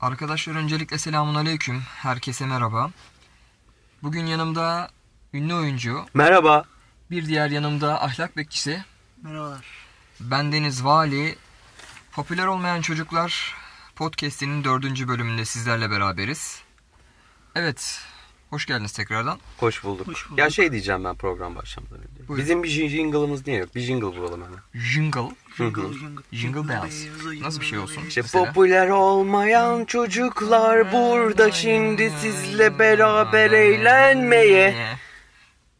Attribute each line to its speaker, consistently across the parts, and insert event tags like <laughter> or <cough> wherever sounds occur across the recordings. Speaker 1: Arkadaşlar öncelikle selamun aleyküm. Herkese merhaba. Bugün yanımda ünlü oyuncu,
Speaker 2: Merhaba.
Speaker 1: bir diğer yanımda ahlak bekçisi,
Speaker 3: Merhabalar.
Speaker 1: bendeniz Vali, Popüler Olmayan Çocuklar podcast'inin dördüncü bölümünde sizlerle beraberiz. Evet, hoş geldiniz tekrardan.
Speaker 2: Hoş bulduk.
Speaker 3: Hoş bulduk.
Speaker 2: Ya şey diyeceğim ben program başlamadan önce.
Speaker 1: Buyurun.
Speaker 2: Bizim bir jing- jingle'ımız niye yok? Bir jingle bulalım hemen.
Speaker 1: Jingle.
Speaker 3: Jingle,
Speaker 2: hı.
Speaker 3: jingle,
Speaker 1: Jingle bells. Nasıl bir şey olsun?
Speaker 3: bells.
Speaker 2: İşte
Speaker 1: Mesela?
Speaker 2: popüler olmayan çocuklar burada şimdi sizle beraber eğlenmeye
Speaker 1: Ee,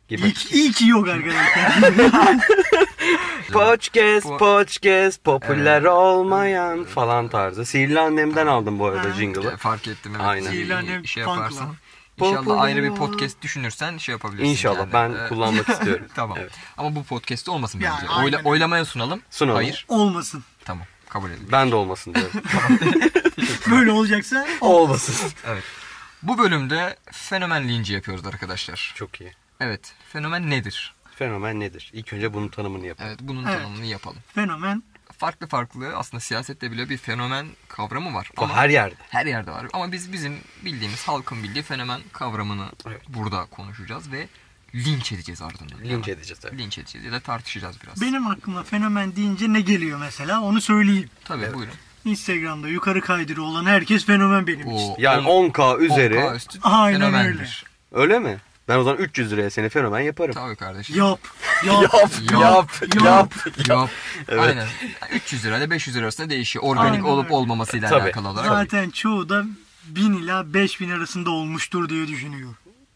Speaker 2: gibi.
Speaker 3: İyi, ki- iyi ki yok arkadaşlar.
Speaker 2: Podcast,
Speaker 1: Bu-
Speaker 2: podcast, popüler
Speaker 1: Evet.
Speaker 2: olmayan falan tarzı. Sihirli annemden aldım bu arada
Speaker 3: Ha.
Speaker 2: jingle'ı.
Speaker 1: Ya, Fark ettim evet.
Speaker 2: Aynen.
Speaker 1: İyi,
Speaker 3: Sihirlendim,
Speaker 1: şey
Speaker 3: fan
Speaker 1: yaparsan.
Speaker 3: club.
Speaker 1: İnşallah
Speaker 2: Popüler
Speaker 1: ayrı bir
Speaker 2: olmayan-
Speaker 1: podcast düşünürsen şey yapabilirsin.
Speaker 2: İnşallah
Speaker 1: kendine.
Speaker 2: ben
Speaker 1: Ee,
Speaker 2: kullanmak istiyorum.
Speaker 1: <laughs> Tamam.
Speaker 2: Evet.
Speaker 1: Ama bu podcast'te olmasın
Speaker 3: Ya,
Speaker 1: bence.
Speaker 3: aynen.
Speaker 1: Oyla, oylamaya sunalım.
Speaker 2: Sunalım.
Speaker 1: Hayır.
Speaker 3: Olmasın.
Speaker 1: Tamam. Kabul edildi.
Speaker 2: Ben de
Speaker 1: <laughs>
Speaker 2: olmasın diyorum.
Speaker 3: Böyle olacaksa
Speaker 2: olmasın.
Speaker 1: Evet. Bu bölümde fenomen linci yapıyoruz arkadaşlar.
Speaker 2: Çok iyi.
Speaker 1: Evet. Fenomen nedir?
Speaker 2: Fenomen nedir? İlk önce bunun tanımını yapalım.
Speaker 1: Evet. Bunun
Speaker 3: Evet.
Speaker 1: tanımını yapalım.
Speaker 3: fenomen
Speaker 1: Farklı farklı aslında siyasette bile bir fenomen kavramı var.
Speaker 2: O
Speaker 1: Ama
Speaker 2: her yerde.
Speaker 1: her yerde var. Ama biz bizim bildiğimiz halkın bildiği fenomen kavramını
Speaker 2: Evet.
Speaker 1: burada konuşacağız ve linç edeceğiz ardından.
Speaker 2: Linç
Speaker 1: Hemen.
Speaker 2: edeceğiz tabii.
Speaker 1: Linç edeceğiz ya da tartışacağız biraz.
Speaker 3: benim aklıma fenomen deyince ne geliyor mesela onu söyleyeyim.
Speaker 1: Tabii buyurun.
Speaker 3: Instagram'da yukarı kaydırı olan herkes fenomen benim için.
Speaker 2: Yani 10K üzeri.
Speaker 1: 10K üstü
Speaker 3: Aynen
Speaker 1: fenomendir.
Speaker 3: öyle.
Speaker 2: Öyle mi? Ben o zaman 300 liraya seni fenomen yaparım.
Speaker 1: Tabii kardeşim.
Speaker 3: Yap. Yap.
Speaker 1: Yap,
Speaker 3: yap,
Speaker 1: Yok. Aynen. 300 lirayla 500 lira arasında değişiyor. Organik
Speaker 3: Aynen
Speaker 1: olup
Speaker 3: öyle.
Speaker 1: olmamasıyla
Speaker 2: Tabii.
Speaker 1: alakalı olarak.
Speaker 3: Zaten çoğu da 1000 ila 5000 arasında olmuştur diye düşünüyor.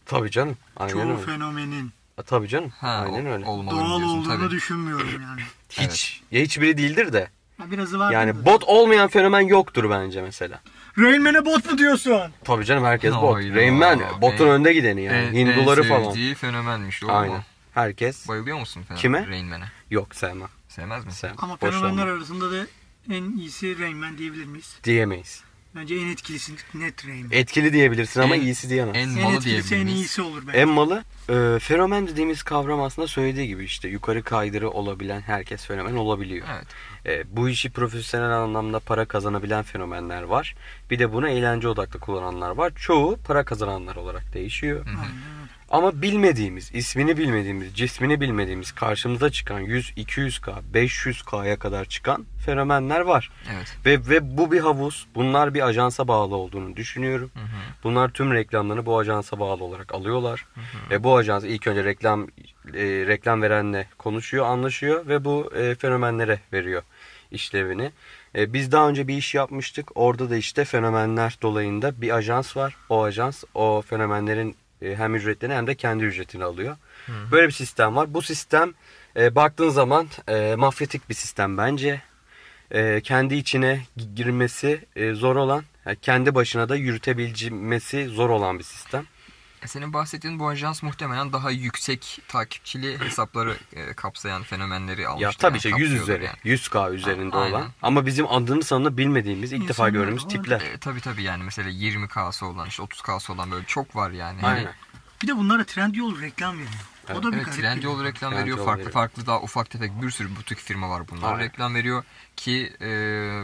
Speaker 2: Tabii canım. Aynen
Speaker 3: Çoğu
Speaker 2: öyle.
Speaker 3: fenomenin
Speaker 2: Ha, Tabii canım.
Speaker 1: Ha,
Speaker 2: Aynen öyle.
Speaker 1: Olmalı
Speaker 3: doğal
Speaker 1: diyorsun,
Speaker 3: olduğunu
Speaker 1: tabii.
Speaker 3: düşünmüyorum yani.
Speaker 2: Hiç. Ya hiçbiri değildir de.
Speaker 3: Ha, Birazı var.
Speaker 2: Yani bot olmayan fenomen yoktur bence mesela.
Speaker 3: Rain Man'e bot mu diyorsun?
Speaker 2: Tabii canım herkes bot.
Speaker 1: Hayda.
Speaker 2: Rain Man, botun
Speaker 1: En-
Speaker 2: önde gideni yani.
Speaker 1: En-
Speaker 2: Hinduları
Speaker 1: en
Speaker 2: falan.
Speaker 1: E, sevdiği fenomenmiş. Doğru
Speaker 2: Aynen.
Speaker 1: mu?
Speaker 2: Herkes
Speaker 1: Bayılıyor musun fenomen?
Speaker 2: Kime?
Speaker 1: Rain Man'e.
Speaker 2: yok sevmem.
Speaker 1: Sevmez misin?
Speaker 2: Sevmem.
Speaker 3: Ama
Speaker 2: Boş
Speaker 3: fenomenler
Speaker 2: olma.
Speaker 3: arasında da en iyisi Rain Man diyebilir miyiz?
Speaker 2: Diyemeyiz.
Speaker 3: Bence en etkilisi net Rain Man.
Speaker 2: Etkili diyebilirsin ama
Speaker 1: En-
Speaker 2: iyisi diyemez. En,
Speaker 1: En
Speaker 3: en
Speaker 1: malı
Speaker 3: etkilisi
Speaker 1: diyebilir
Speaker 3: en
Speaker 1: miyiz?
Speaker 3: iyisi olur bence.
Speaker 2: malı e, fenomen dediğimiz kavram aslında söylediği gibi işte yukarı kaydırı olabilen herkes fenomen olabiliyor.
Speaker 1: Evet.
Speaker 2: E, bu işi profesyonel anlamda para kazanabilen fenomenler var. Bir de bunu eğlence odaklı kullananlar var. Çoğu para kazananlar olarak değişiyor. Ama bilmediğimiz, ismini bilmediğimiz, cismini bilmediğimiz karşımıza çıkan 100, 200k, 500k'ya kadar çıkan fenomenler var.
Speaker 1: Evet.
Speaker 2: Ve, ve bu bir havuz. Bunlar bir ajansa bağlı olduğunu düşünüyorum. Bunlar tüm reklamlarını bu ajansa bağlı olarak alıyorlar. Ve bu ajans ilk önce reklam e, reklam verenle konuşuyor, anlaşıyor ve bu e, fenomenlere veriyor işlevini. E, biz daha önce bir iş yapmıştık. Orada da işte fenomenler dolayında bir ajans var. O ajans o fenomenlerin e, hem ücretlerini hem de kendi ücretini alıyor. Böyle bir sistem var. Bu sistem e, baktığın zaman e, mafyatik bir sistem bence e, kendi içine gi- girmesi e, zor olan, yani kendi başına da yürütebilmesi zor olan bir sistem.
Speaker 1: E, Senin bahsettiğin bu ajans muhtemelen daha yüksek takipçili hesapları e, kapsayan fenomenleri almıştır.
Speaker 2: ya tabii
Speaker 1: yani
Speaker 2: işte 100
Speaker 1: kapsıyordur
Speaker 2: üzeri,
Speaker 1: yani.
Speaker 2: 100k üzerinde
Speaker 1: A- aynen.
Speaker 2: olan. Ama bizim adını sanını bilmediğimiz, ilk defa
Speaker 3: İnsanlar
Speaker 2: gördüğümüz
Speaker 3: var.
Speaker 2: tipler.
Speaker 1: E, tabii tabii yani mesela 20K'sı olan işte 30K'sı olan böyle çok var yani. Hani
Speaker 2: Aynen.
Speaker 3: Bir de bunlara Trendyol reklam veriyor.
Speaker 2: Evet.
Speaker 3: O da bir
Speaker 1: Evet
Speaker 3: garip.
Speaker 1: Trendyol
Speaker 3: geliyor.
Speaker 1: reklam
Speaker 2: Trendyol
Speaker 1: veriyor. Farklı
Speaker 2: veriyor.
Speaker 1: farklı daha ufak tefek bir sürü butik firma var bunlar.
Speaker 2: Aynen.
Speaker 1: Reklam veriyor ki e,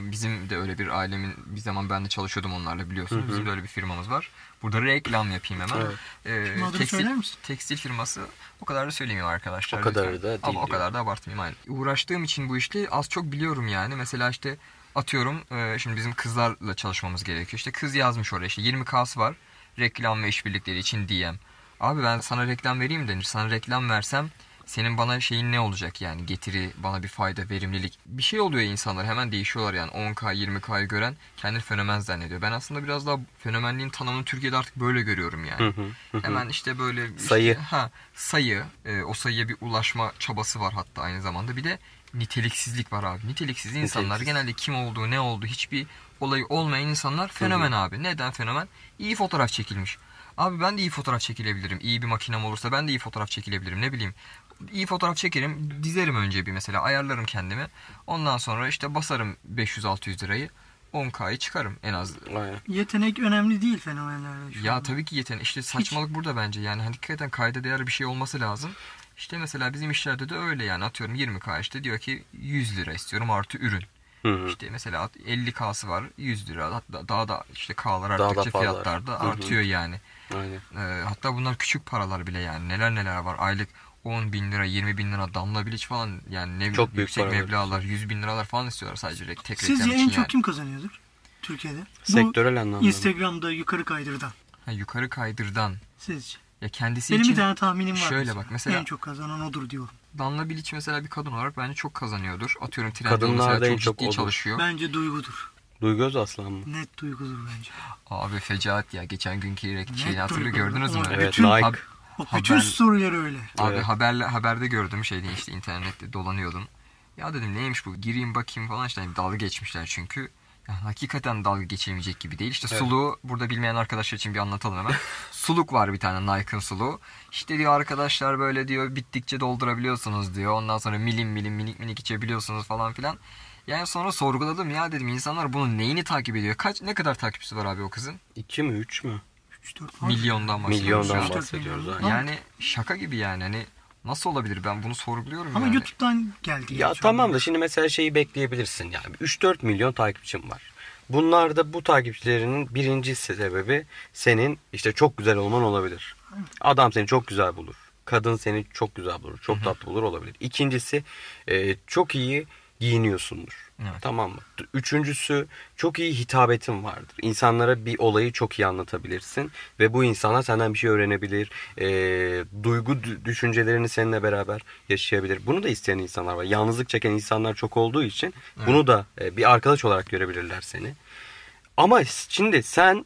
Speaker 1: bizim de öyle bir ailemin bir zaman ben de çalışıyordum onlarla biliyorsunuz. Bizim de öyle bir firmamız var. Burada reklam yapayım hemen. E,
Speaker 3: Firma adını söyler misin?
Speaker 1: Tekstil firması o kadar da söylemiyorum arkadaşlar.
Speaker 2: O kadarı
Speaker 1: lütfen.
Speaker 2: da değil
Speaker 1: Ama o
Speaker 2: diyor.
Speaker 1: kadar da abartmayayım aynen. Uğraştığım için bu işle az çok biliyorum yani. Mesela işte atıyorum e, şimdi bizim kızlarla çalışmamız gerekiyor. İşte kız yazmış oraya işte 20K'sı var. Reklam ve işbirlikleri için DM. Abi ben sana reklam vereyim denir. Sana reklam versem senin bana şeyin ne olacak yani getiri bana bir fayda verimlilik bir şey oluyor ya insanlar hemen değişiyorlar yani 10k 20k'yı gören kendini fenomen zannediyor ben aslında biraz daha fenomenliğin tanımını Türkiye'de artık böyle görüyorum yani hemen işte böyle işte-
Speaker 2: Sayı.
Speaker 1: ha sayı e, o sayıya bir ulaşma çabası var hatta aynı zamanda bir de niteliksizlik var abi niteliksiz insanlar
Speaker 2: Niteliksiz.
Speaker 1: genelde kim olduğu ne olduğu hiçbir olayı olmayan insanlar fenomen abi neden fenomen iyi fotoğraf çekilmiş abi ben de iyi fotoğraf çekilebilirim iyi bir makinem olursa ben de iyi fotoğraf çekilebilirim ne bileyim iyi fotoğraf çekerim dizerim önce bir mesela ayarlarım kendimi ondan sonra işte basarım 500-600 lirayı 10K'yı çıkarım en az
Speaker 2: Aynen.
Speaker 3: Yetenek önemli değil fenomenlerde şu
Speaker 1: ya
Speaker 3: anda.
Speaker 1: tabii ki yetenek. İşte saçmalık burada bence. Yani hani hakikaten kayda değer bir şey olması lazım. İşte mesela bizim işlerde de öyle yani atıyorum 20K işte diyor ki 100 lira istiyorum artı ürün.
Speaker 2: Hı hı.
Speaker 1: İşte mesela 50K'sı var 100 lira hatta daha da işte K'lar
Speaker 2: da
Speaker 1: arttıkça
Speaker 2: pahalı.
Speaker 1: fiyatlar da
Speaker 2: Hı hı.
Speaker 1: artıyor yani.
Speaker 2: Aynen.
Speaker 1: Ee, hatta bunlar küçük paralar bile yani neler neler var aylık 10 bin lira 20 bin lira damla bilinç falan yani ne
Speaker 2: Çok büyük
Speaker 1: yüksek
Speaker 2: paralar.
Speaker 1: meblalar 100 bin liralar falan istiyorlar sadece rek- tek reklam
Speaker 3: Sizce
Speaker 1: için
Speaker 3: en
Speaker 1: yani.
Speaker 3: çok kim kazanıyordur Türkiye'de?
Speaker 2: Sektörel anlamda.
Speaker 3: Bu
Speaker 2: mı?
Speaker 3: Instagram'da yukarı kaydırdan.
Speaker 1: Ha, yukarı kaydırdan
Speaker 3: Sizce?
Speaker 1: ya kendisi
Speaker 3: Benim
Speaker 1: için
Speaker 3: bir tane tahminim var.
Speaker 1: şöyle bak, mesela-
Speaker 3: En çok kazanan odur diyorum.
Speaker 1: Damla Bilic mesela bir kadın olarak bence çok kazanıyordur. Atıyorum Trendyol
Speaker 2: Kadınlarda
Speaker 1: mesela
Speaker 2: en
Speaker 1: çok,
Speaker 2: çok
Speaker 1: ciddi
Speaker 2: olur.
Speaker 1: çalışıyor.
Speaker 3: Bence duygudur.
Speaker 2: Duygu Özaslan mı?
Speaker 3: Net duygudur bence.
Speaker 1: Abi fecaat ya geçen günkü rek-
Speaker 3: Net
Speaker 1: şeyin hatırını
Speaker 3: duygudur.
Speaker 1: gördünüz mü?
Speaker 3: Ama
Speaker 2: Evet
Speaker 3: Bütün-
Speaker 2: Nike.
Speaker 1: Hab-
Speaker 3: Bak
Speaker 1: Haber-
Speaker 3: bütün sorular öyle.
Speaker 1: Abi
Speaker 2: Evet.
Speaker 1: haberle haberde gördüm şeyde işte internette dolanıyordum. Ya dedim neymiş bu gireyim bakayım falan işte hani dalga geçmişler çünkü. Ya hakikaten dalga geçilmeyecek gibi değil. İşte
Speaker 2: Evet.
Speaker 1: suluğu burada bilmeyen arkadaşlar için bir anlatalım
Speaker 2: <laughs>
Speaker 1: hemen. Suluk var bir tane Nike'ın suluğu. İşte diyor arkadaşlar böyle diyor bittikçe doldurabiliyorsunuz diyor. Ondan sonra milim milim minik minik içebiliyorsunuz falan filan. Yani sonra sorguladım ya dedim insanlar bunun neyini takip ediyor? Kaç ne kadar takipçisi var abi o kızın?
Speaker 2: 2 mi 3 mü?
Speaker 3: 3-4
Speaker 1: Milyondan bahsediyoruz. şu an.
Speaker 2: Milyondan
Speaker 3: Üç, dört
Speaker 2: bahsediyoruz.
Speaker 3: milyon.
Speaker 2: aynen.
Speaker 3: Ama-
Speaker 1: Yani şaka gibi yani hani nasıl olabilir ben bunu sorguluyorum
Speaker 3: Ama
Speaker 1: yani.
Speaker 3: YouTube'dan geldi.
Speaker 2: Ya
Speaker 3: yani şu
Speaker 2: tamam
Speaker 3: anda.
Speaker 2: da şimdi mesela şeyi bekleyebilirsin yani 3-4 milyon takipçim var. Bunlar da bu takipçilerinin birinci sebebi senin işte çok güzel olman olabilir. Adam seni çok güzel bulur. Kadın seni çok güzel bulur. Çok tatlı bulur olabilir. İkincisi e, çok iyi giyiniyorsundur.
Speaker 1: Evet.
Speaker 2: Tamam mı? Üçüncüsü çok iyi hitabetin vardır. İnsanlara bir olayı çok iyi anlatabilirsin. Ve bu insanlar senden bir şey öğrenebilir. E, duygu dü- düşüncelerini seninle beraber yaşayabilir. Bunu da isteyen insanlar var. Yalnızlık çeken insanlar çok olduğu için bunu da e, bir arkadaş olarak görebilirler seni. Ama şimdi sen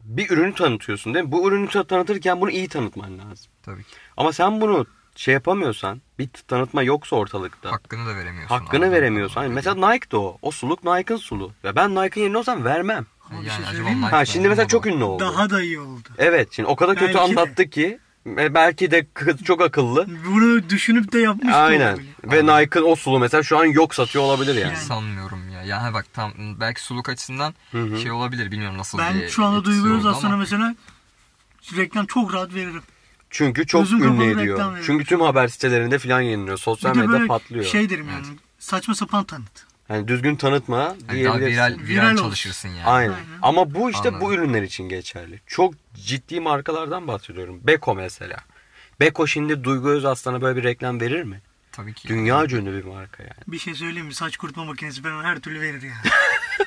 Speaker 2: bir ürünü tanıtıyorsun değil mi? Bu ürünü ta- tanıtırken bunu iyi tanıtman lazım.
Speaker 1: Tabii ki.
Speaker 2: Ama sen bunu şey yapamıyorsan, bir t- tanıtma yoksa ortalıkta,
Speaker 1: Hakkını da veremiyorsun.
Speaker 2: hakkını
Speaker 1: anladın
Speaker 2: veremiyorsan. hani
Speaker 1: mı?
Speaker 2: mesela Nike de o. O suluk Nike'ın sulu. Ve ben Nike'ın yerine olsam vermem.
Speaker 3: Ama bir
Speaker 1: Yani
Speaker 3: şey
Speaker 1: acaba
Speaker 3: söyleyeyim mi?
Speaker 1: Nike-
Speaker 2: Ha şimdi mesela çok ünlü oldu.
Speaker 3: Daha da iyi oldu.
Speaker 2: Evet şimdi o kadar kötü
Speaker 3: Belki de.
Speaker 2: anlattı ki e, belki de kız çok akıllı.
Speaker 3: Bunu düşünüp de yapmış da
Speaker 2: Aynen.
Speaker 3: olabilir.
Speaker 2: Ve Nike'ın o sulu mesela şu an yok satıyor olabilir yani.
Speaker 1: Hiç sanmıyorum ya. Yani bak tam belki suluk açısından şey olabilir bilmiyorum nasıl
Speaker 3: Ben
Speaker 1: bir
Speaker 3: şu anda
Speaker 1: etkisi
Speaker 3: duyguyoruz
Speaker 1: oldu ama
Speaker 3: aslında mesela reklam çok rahat veririm.
Speaker 2: Çünkü çok
Speaker 3: Gözüm kapalı
Speaker 2: ünlü
Speaker 3: reklam
Speaker 2: ediyor.
Speaker 3: veriyor.
Speaker 2: Çünkü tüm haber sitelerinde filan yeniliyor. Sosyal
Speaker 3: Bir de
Speaker 2: medyada
Speaker 3: böyle
Speaker 2: patlıyor.
Speaker 3: şey derim yani. Saçma sapan tanıt.
Speaker 2: Yani düzgün tanıtma
Speaker 1: hani daha
Speaker 2: diyebilirsin.
Speaker 1: viral, viral,
Speaker 3: Viral olsun.
Speaker 1: çalışırsın yani.
Speaker 2: Aynen.
Speaker 3: Aynen.
Speaker 2: Ama bu işte bu
Speaker 1: Anladım.
Speaker 2: ürünler için geçerli. Çok ciddi markalardan bahsediyorum. Beko mesela. Beko şimdi Duygu Özaslan'a böyle bir reklam verir mi?
Speaker 1: Tabii ki.
Speaker 2: Dünya ünlü bir marka yani.
Speaker 3: Bir şey söyleyeyim mi? Saç kurutma makinesi ben her türlü
Speaker 1: <laughs>
Speaker 3: verir yani.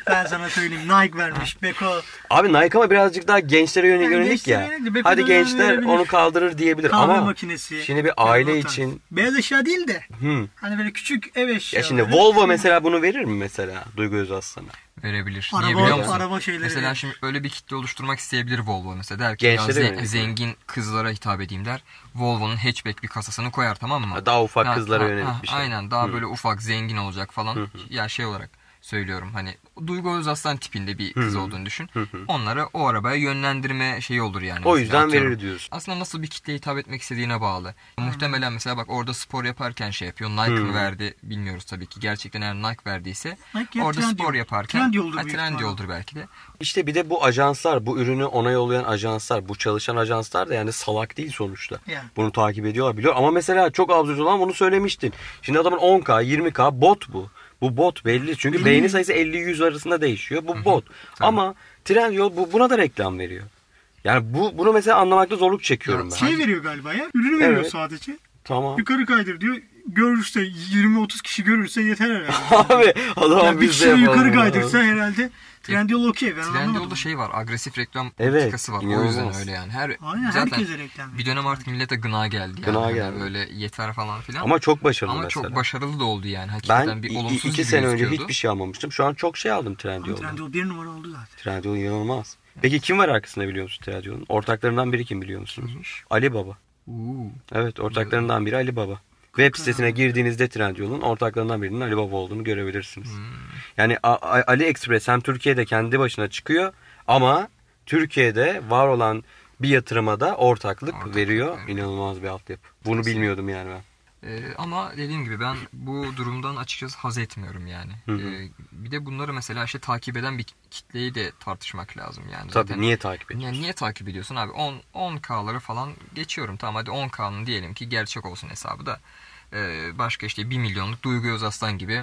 Speaker 3: ben sana söyleyeyim. Nike vermiş. Beko
Speaker 2: Abi Nike ama birazcık daha gençlere yönelik,
Speaker 3: Yani
Speaker 2: yönelik
Speaker 3: gençlere
Speaker 2: ya.
Speaker 3: yönelik de Beko
Speaker 2: Hadi
Speaker 3: da öyle
Speaker 2: gençler
Speaker 3: verebilir.
Speaker 2: onu kaldırır diyebilir
Speaker 3: kahve
Speaker 2: ama
Speaker 3: makinesi.
Speaker 2: şimdi bir aile
Speaker 3: Yani o tarz.
Speaker 2: için-
Speaker 3: Beyaz eşya değil de.
Speaker 2: Hı.
Speaker 3: Hani böyle küçük ev eşya.
Speaker 2: ya şimdi
Speaker 3: böyle.
Speaker 2: Volvo mesela bunu verir mi mesela Duygu Özaslan'a?
Speaker 1: verebilir.
Speaker 3: Araba-
Speaker 1: Niye biliyor musun?
Speaker 3: araba şeyleri
Speaker 1: Mesela
Speaker 3: verir.
Speaker 1: şimdi öyle bir kitle oluşturmak isteyebilir Volvo mesela. Der ki ya
Speaker 2: Gençlere
Speaker 1: ze-
Speaker 2: yönelik.
Speaker 1: zengin kızlara hitap edeyim der. Volvo'nun hatchback bir kasasını koyar tamam mı?
Speaker 2: Daha ufak
Speaker 1: Ha,
Speaker 2: kızlara
Speaker 1: ha,
Speaker 2: yönelik
Speaker 1: ha,
Speaker 2: bir şey.
Speaker 1: Aynen daha böyle ufak zengin olacak falan. Ya şey olarak söylüyorum hani Duygu Özaslan tipinde bir kız olduğunu düşün. Onları o arabaya yönlendirme şeyi olur yani.
Speaker 2: O
Speaker 1: Mesela
Speaker 2: yüzden
Speaker 1: atıyorum.
Speaker 2: verir diyorsun.
Speaker 1: Aslında nasıl bir kitleye hitap etmek istediğine bağlı. Muhtemelen mesela bak orada spor yaparken şey yapıyor. Nike
Speaker 2: Hmm.
Speaker 1: mi verdi bilmiyoruz tabii ki. Gerçekten eğer Nike verdiyse
Speaker 3: Nike ya
Speaker 1: orada
Speaker 3: Trendyol.
Speaker 1: spor yaparken
Speaker 3: Trendyol'dur
Speaker 1: Ha,
Speaker 3: büyük
Speaker 1: Trendyol'dur belki de.
Speaker 2: İşte bir de bu ajanslar, bu ürünü ona yollayan ajanslar, bu çalışan ajanslar da yani salak değil sonuçta.
Speaker 3: Yani.
Speaker 2: Bunu takip ediyorlar biliyor. Ama mesela çok absürt olan bunu söylemiştin. Şimdi adamın 10K, 20K bot bu. Bu bot belli. Çünkü beğeni sayısı 50-100 arasında değişiyor. Bu bot. Ama Trendyol bu, buna da reklam veriyor. Yani bu bunu mesela anlamakta zorluk çekiyorum ben.
Speaker 3: Şey veriyor galiba ya. Ürünü veriyor
Speaker 2: Evet.
Speaker 3: sadece.
Speaker 1: <laughs>
Speaker 2: Tamam.
Speaker 3: Yukarı kaydır diyor. Görürse 20-30 kişi görürse yeter
Speaker 2: <laughs>
Speaker 3: herhalde.
Speaker 2: Abi adam
Speaker 3: yani bir
Speaker 2: biz de
Speaker 3: kişi
Speaker 2: yapalım.
Speaker 3: yukarı
Speaker 2: bunu.
Speaker 3: kaydırsa herhalde Trendyol okey ben anlamadım.
Speaker 1: Trendyol'da şey var agresif reklam
Speaker 2: Evet,
Speaker 1: politikası var. O yüzden
Speaker 2: inanılmaz.
Speaker 1: öyle yani. Her,
Speaker 3: Aynen, herkese reklam
Speaker 1: Bir dönem artık millete gına geldi. Yani.
Speaker 2: Gına
Speaker 1: Hani
Speaker 2: geldi.
Speaker 1: Böyle yeter falan filan.
Speaker 2: Ama çok başarılı
Speaker 1: Ama
Speaker 2: mesela.
Speaker 1: çok başarılı da oldu yani. Hakikaten
Speaker 2: ben
Speaker 1: bir
Speaker 2: i-
Speaker 1: olumsuz
Speaker 2: i- iki
Speaker 1: gibi
Speaker 2: sene önce
Speaker 1: gözüküyordu.
Speaker 2: hiçbir şey almamıştım. Şu an çok şey aldım
Speaker 3: Ama
Speaker 2: Trendyol'dan.
Speaker 3: Trendyol bir numara oldu zaten.
Speaker 2: Trendyol inanılmaz. Peki kim var arkasında biliyor musun Trendyol'un? Ortaklarından biri kim biliyor musunuz? Ali Baba.
Speaker 1: Uuu.
Speaker 2: Evet ortaklarından biri Ali Baba. Web sitesine girdiğinizde Trendyol'un ortaklarından birinin Ali Baba olduğunu görebilirsiniz. Yani A- A- AliExpress hem Türkiye'de kendi başına çıkıyor ama Türkiye'de var olan bir yatırıma da ortaklık,
Speaker 1: Ortaklık,
Speaker 2: veriyor.
Speaker 1: evet.
Speaker 2: İnanılmaz bir altyapı. Bunu bilmiyordum yani ben.
Speaker 1: Ee, ama dediğim gibi ben bu durumdan açıkçası haz etmiyorum yani. Ee, bir de bunları mesela işte takip eden bir kitleyi de tartışmak lazım yani.
Speaker 2: Tabii niye takip ediyorsun?
Speaker 1: Ya niye takip ediyorsun abi? 10 10K'ları falan geçiyorum. Tamam hadi 10K'nın diyelim ki gerçek olsun hesabı da. Ee, Ee, başka işte 1 milyonluk Duygu Özaslan gibi.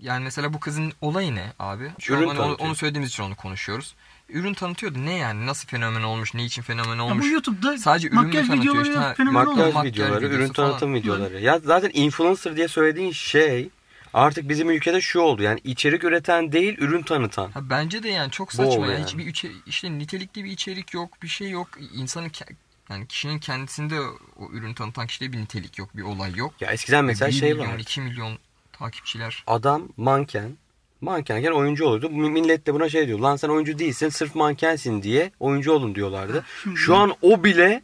Speaker 1: Yani mesela bu kızın olayı ne abi? Şu an
Speaker 2: Ürün
Speaker 1: hani onu,
Speaker 2: tanıtıyor.
Speaker 1: onu söylediğimiz için onu konuşuyoruz. Ürün tanıtıyordu. Ne yani? Nasıl fenomen olmuş? Ne için fenomen
Speaker 3: Ya
Speaker 1: olmuş?
Speaker 3: bu YouTube'da
Speaker 1: Sadece ürün mü
Speaker 3: makyaj
Speaker 1: tanıtıyor
Speaker 3: videoları
Speaker 1: işte? Ha,
Speaker 3: fenomen
Speaker 1: makyaj-
Speaker 3: oldu.
Speaker 2: Makyaj
Speaker 1: Makyaj
Speaker 2: videoları,
Speaker 1: videosu
Speaker 2: ürün tanıtım
Speaker 1: falan.
Speaker 2: videoları. Ya zaten influencer diye söylediğin şey artık bizim ülkede şu oldu. Yani içerik üreten değil, ürün tanıtan.
Speaker 1: Ha, bence de yani çok
Speaker 2: Bu
Speaker 1: saçma
Speaker 2: oluyor
Speaker 1: ya.
Speaker 2: yani.
Speaker 1: Hiçbir içe- işte nitelikli bir içerik yok, bir şey yok. İnsanın ke- yani kişinin kendisinde o ürünü tanıtan kişide bir nitelik yok, bir olay yok.
Speaker 2: Ya eskiden mesela
Speaker 1: 1
Speaker 2: şey
Speaker 1: milyon,
Speaker 2: vardı.
Speaker 1: 2 milyon takipçiler.
Speaker 2: Adam manken. Mankenken oyuncu oluyordu. Mi- Millet de buna şey diyor. Lan sen oyuncu değilsin sırf mankensin diye oyuncu olun diyorlardı. Şu an o bile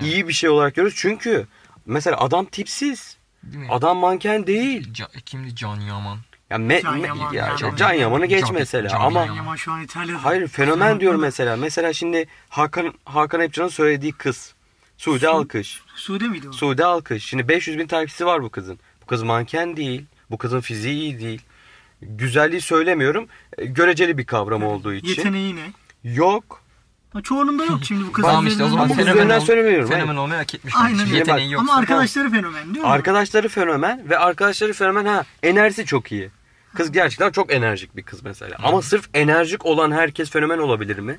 Speaker 2: iyi bir şey olarak görüyoruz. Çünkü mesela adam tipsiz.
Speaker 1: Değil mi?
Speaker 2: Adam manken değil.
Speaker 1: Ca- kimdi Can Yaman?
Speaker 2: Ya, me-
Speaker 3: Can
Speaker 2: me-
Speaker 3: Yaman,
Speaker 2: ya-
Speaker 3: Can-
Speaker 2: Can Yaman'ı geç
Speaker 1: Can-
Speaker 2: mesela.
Speaker 1: Can
Speaker 2: Ama
Speaker 1: Yaman.
Speaker 3: Yaman şu an İtalya'da.
Speaker 2: hayır fenomen
Speaker 3: Sen-
Speaker 2: diyor mesela. Mesela şimdi Hakan Hakan Epcan'ın söylediği kız. Sude Alkış.
Speaker 3: Suudi miydi o?
Speaker 2: Sude Alkış. Şimdi 500 bin takipçisi var bu kızın. Bu kız manken değil. Bu kızın fiziği iyi değil. Güzelliği söylemiyorum. e, Göreceli bir kavram olduğu için.
Speaker 3: Yeteneği ne?
Speaker 2: Yok.
Speaker 3: Ha, çoğununda
Speaker 1: <laughs>
Speaker 3: yok şimdi bu kızın.
Speaker 1: Tamam işte o zaman
Speaker 2: Ama bu
Speaker 1: fenomen,
Speaker 2: üzerinden
Speaker 1: ol-
Speaker 2: söylemiyorum,
Speaker 1: fenomen
Speaker 2: hayır.
Speaker 1: olmayı hak etmiş.
Speaker 3: Aynen
Speaker 1: Aynen
Speaker 3: öyle.
Speaker 1: Yeteneği yok.
Speaker 3: Ama arkadaşları fenomen değil mi?
Speaker 2: Arkadaşları fenomen ve arkadaşları fenomen ha enerjisi çok iyi. Kız gerçekten çok enerjik bir kız mesela. Ama sırf enerjik olan herkes fenomen olabilir mi?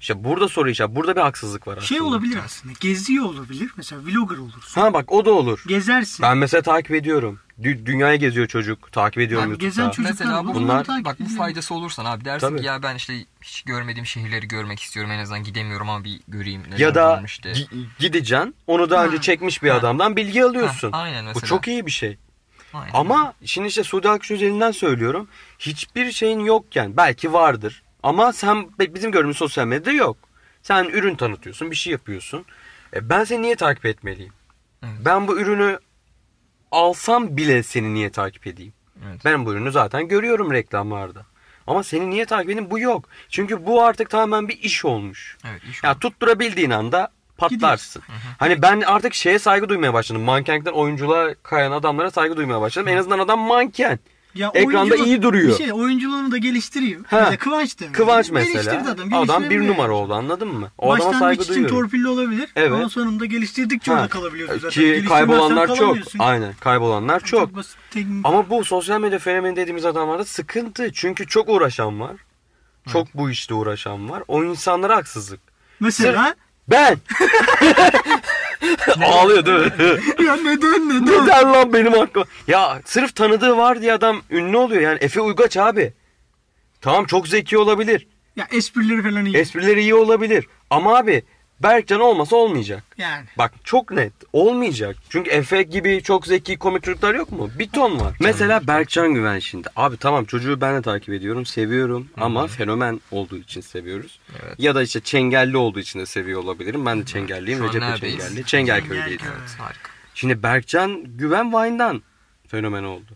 Speaker 2: İşte burada soru işareti. Burada bir haksızlık var aslında.
Speaker 3: şey olabilir aslında. Geziyor olabilir. Mesela vlogger olur.
Speaker 2: Ha bak o da olur.
Speaker 3: Gezersin.
Speaker 2: Ben mesela takip ediyorum. Dü- dünyayı geziyor çocuk. Takip ediyorum
Speaker 1: Ben
Speaker 2: YouTube'da.
Speaker 3: gezen çocuk-
Speaker 1: Mesela bu,
Speaker 2: Bunlar-
Speaker 1: bunlar, bak bu faydası olursan abi dersin
Speaker 2: Tabii.
Speaker 1: ki ya ben işte hiç görmediğim şehirleri görmek istiyorum en azından gidemiyorum ama bir göreyim neler
Speaker 2: Ya da
Speaker 1: olmuş diye.
Speaker 2: gi- gideceksin. Onu daha önce
Speaker 3: Ha.
Speaker 2: çekmiş bir adamdan bilgi alıyorsun.
Speaker 1: Ha, aynen
Speaker 2: Bu
Speaker 1: mesela.
Speaker 2: çok iyi bir şey.
Speaker 1: Aynen.
Speaker 2: Ama şimdi işte Suudi Akış üzerinden söylüyorum. Hiçbir şeyin yokken belki vardır. Ama sen bizim gördüğümüz sosyal medyada yok. Sen ürün tanıtıyorsun, bir şey yapıyorsun. E ben seni niye takip etmeliyim?
Speaker 1: Evet.
Speaker 2: Ben bu ürünü alsam bile seni niye takip edeyim?
Speaker 1: Evet.
Speaker 2: Ben bu ürünü zaten görüyorum reklamlarda. Ama seni niye takip edeyim? Bu yok. Çünkü bu artık tamamen bir iş olmuş.
Speaker 1: Evet, iş
Speaker 2: Ya
Speaker 1: olmuş.
Speaker 2: tutturabildiğin anda patlarsın. Hani ben artık şeye saygı duymaya başladım. Mankenlikten oyunculuğa kayan adamlara saygı duymaya başladım. En azından adam manken.
Speaker 3: Ya
Speaker 2: Ekranda
Speaker 3: oyunculuğu-
Speaker 2: iyi duruyor.
Speaker 3: bir Şey, oyunculuğunu da geliştiriyor.
Speaker 2: Ha.
Speaker 3: Mesela Kıvanç da. öyle.
Speaker 2: Kıvanç
Speaker 3: Geliştirdi
Speaker 2: mesela.
Speaker 3: adam.
Speaker 2: Adam, bir
Speaker 3: geliştirebiliyor.
Speaker 2: numara oldu anladın mı? O adama
Speaker 3: Başlangıç
Speaker 2: saygı
Speaker 3: için
Speaker 2: duyuyorum.
Speaker 3: torpilli olabilir.
Speaker 2: Evet.
Speaker 3: Ama sonunda geliştirdikçe
Speaker 2: Ha.
Speaker 3: orada kalabiliyorsun zaten.
Speaker 2: Ki
Speaker 3: Geliştirmezsen
Speaker 2: kaybolanlar çok.
Speaker 3: kalamıyorsun.
Speaker 2: Aynen kaybolanlar
Speaker 3: Yani
Speaker 2: çok.
Speaker 3: basit teknik.
Speaker 2: Ama bu sosyal medya fenomeni dediğimiz adamlarda sıkıntı. Çünkü çok uğraşan var. Çok bu işte uğraşan var. O insanlara haksızlık.
Speaker 3: Mesela
Speaker 2: Ben! Ağlıyor değil mi?
Speaker 3: ya neden neden?
Speaker 2: Neden lan benim aklıma? Ya sırf tanıdığı var diye adam ünlü oluyor. Yani Efe Uygaç abi. Tamam çok zeki olabilir.
Speaker 3: Ya esprileri falan iyi.
Speaker 2: Esprileri iyi olabilir. Ama abi Berkcan olmasa olmayacak.
Speaker 3: yani.
Speaker 2: Bak çok net olmayacak. Çünkü Efe gibi çok zeki komik çocuklar yok mu? Bir ton var. Mesela Berkcan Güven şimdi. Abi tamam çocuğu ben de takip ediyorum, seviyorum ama fenomen olduğu için seviyoruz.
Speaker 1: Evet.
Speaker 2: Ya da işte Çengelli olduğu için de seviyor olabilirim. Ben de Çengelliyim.
Speaker 1: Şu an
Speaker 2: Recep de
Speaker 1: neredeyiz?
Speaker 2: Çengelli. Çengelköy'deyiz.
Speaker 3: Çengelköy.
Speaker 1: Evet, harika.
Speaker 2: Şimdi Berkcan Güven Vine'dan fenomen oldu.